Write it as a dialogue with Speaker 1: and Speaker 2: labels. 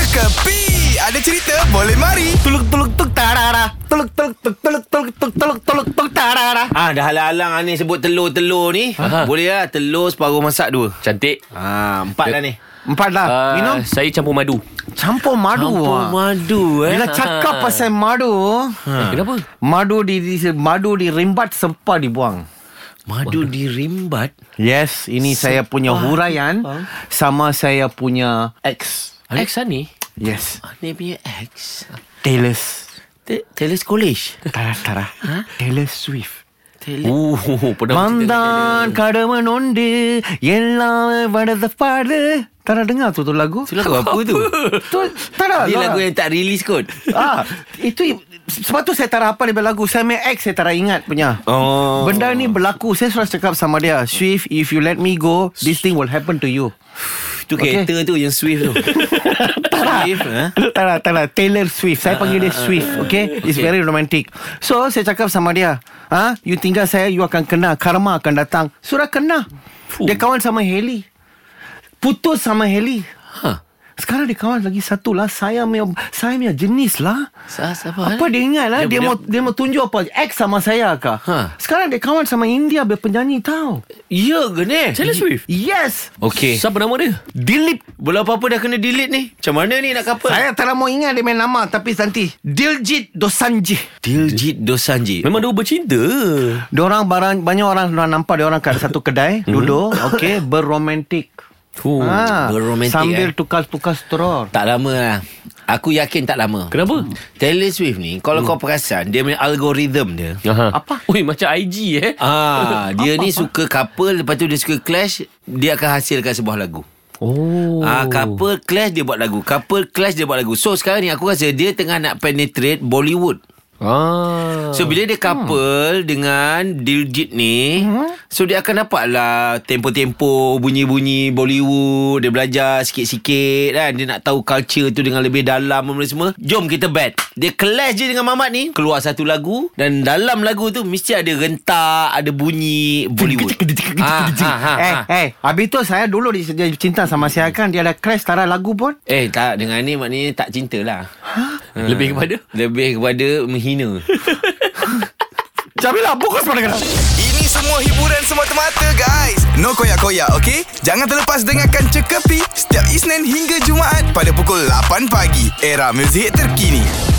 Speaker 1: Kepi Ada cerita boleh mari
Speaker 2: Tuluk tuluk tuk tarara. Tuluk tuluk tuk tuluk tuluk tuk tuluk tuluk tuk tarara.
Speaker 3: Ah, dah halang-halang ah, ni sebut telur-telur ni.
Speaker 4: Aha.
Speaker 3: Boleh lah telur separuh masak dua.
Speaker 4: Cantik.
Speaker 3: Ah, empat dah ni. Ah.
Speaker 2: Empat lah.
Speaker 4: Uh,
Speaker 2: Minum
Speaker 4: Saya campur madu.
Speaker 2: campur madu. ah.
Speaker 4: madu
Speaker 3: eh.
Speaker 2: Bila
Speaker 3: Ah.
Speaker 2: cakap pasal madu,
Speaker 4: Ha. Kenapa?
Speaker 2: madu di, di madu dirimbat sempa dibuang.
Speaker 4: Madu dirimbat.
Speaker 2: Yes, ini saya punya
Speaker 3: Ah.
Speaker 2: huraian sama saya punya ex.
Speaker 4: Alex Ani.
Speaker 2: Yes.
Speaker 4: Ani punya ex.
Speaker 2: Taylor's.
Speaker 4: Taylor College.
Speaker 2: Tara Tara.
Speaker 3: Ha?
Speaker 2: Taylor Swift.
Speaker 4: Taylor. Oh, pernah
Speaker 2: Mandan kadaman onde Yelah pada pada Tara dengar tu tu lagu
Speaker 3: Tu lagu apa tu?
Speaker 2: Tu Tara
Speaker 3: Dia lagu yang tak release kot.
Speaker 2: ah, Itu Sebab tu saya Tara apa dia punya lagu Saya punya ex saya Tara ingat punya
Speaker 3: Oh.
Speaker 2: Benda ni berlaku Saya selalu cakap sama dia Swift if you let me go This thing will happen to you
Speaker 3: Tu kereta tu yang Swift tu. Swift,
Speaker 4: eh?
Speaker 3: ha?
Speaker 2: Tara, Tara Taylor Swift Saya
Speaker 4: Ah,
Speaker 2: panggil dia Swift Okay It's very romantic So saya cakap sama dia ha? You tinggal saya You akan kena Karma akan datang Surah kena Dia kawan sama Haley Putus sama Haley
Speaker 4: Ha.
Speaker 2: Sekarang dia kawan lagi satu lah Saya punya Saya punya jenis lah
Speaker 4: Sa- siapa,
Speaker 2: Apa
Speaker 4: eh?
Speaker 2: dia ingat lah Dia,
Speaker 4: Dia-
Speaker 2: dia, mau
Speaker 4: dia-
Speaker 2: dia mau tunjuk apa Ex sama saya kah
Speaker 4: Ha.
Speaker 2: Sekarang dia kawan sama India Biar penyanyi tau
Speaker 3: Ya ke ni?
Speaker 4: Taylor Swift.
Speaker 2: Yes
Speaker 3: Okey.
Speaker 4: Siapa nama dia?
Speaker 3: Delete. Bola apa-apa dah kena delete ni. Macam mana ni nak cover?
Speaker 2: Saya tak nak mau ingat dia main nama Tapi nanti Diljit Dosanjih
Speaker 3: Diljit Dosanji.
Speaker 4: Memang dia bercinta.
Speaker 2: Diorang barang banyak orang dah nampak diorang kat satu kedai
Speaker 3: Mhm.
Speaker 2: duduk okey berromantik.
Speaker 4: Oh.
Speaker 2: Ah,
Speaker 3: berromantik,
Speaker 2: sambil
Speaker 3: eh.
Speaker 2: tukar-tukar stror.
Speaker 3: Tak lama lah. Aku yakin tak lama.
Speaker 4: Kenapa?
Speaker 3: Taylor Swift ni, kalau kau perasan, dia punya algoritm dia.
Speaker 4: Aha.
Speaker 2: Apa?
Speaker 4: Ui, macam IG eh.
Speaker 3: Ah, dia ni suka couple, lepas tu dia suka clash, dia akan hasilkan sebuah lagu.
Speaker 4: Oh.
Speaker 3: Ah, couple clash dia buat lagu. Couple clash dia buat lagu. So sekarang ni aku rasa dia tengah nak penetrate Bollywood.
Speaker 4: Ah.
Speaker 3: So bila dia couple hmm. dengan Diljit ni, hmm. so dia akan dapat lah tempo-tempo bunyi-bunyi Bollywood, dia belajar sikit-sikit kan. Dia nak tahu culture tu dengan lebih dalam apa semua. Jom kita bet. Dia clash je dengan Mamat ni, keluar satu lagu dan dalam lagu tu mesti ada rentak, ada bunyi Bollywood. Ah, ah, ah,
Speaker 2: eh,
Speaker 3: ah.
Speaker 2: eh, habis tu saya dulu dia dia cinta sama si Akan dia ada crash tara lagu pun.
Speaker 3: Eh tak dengan ni maknanya tak cinta lah Ah,
Speaker 4: Lebih kepada?
Speaker 3: Lebih kepada menghina
Speaker 2: Jamila bungkus pada kena.
Speaker 1: Ini semua hiburan semata-mata guys No koyak-koyak ok Jangan terlepas dengarkan Cekapi Setiap Isnin hingga Jumaat Pada pukul 8 pagi Era muzik terkini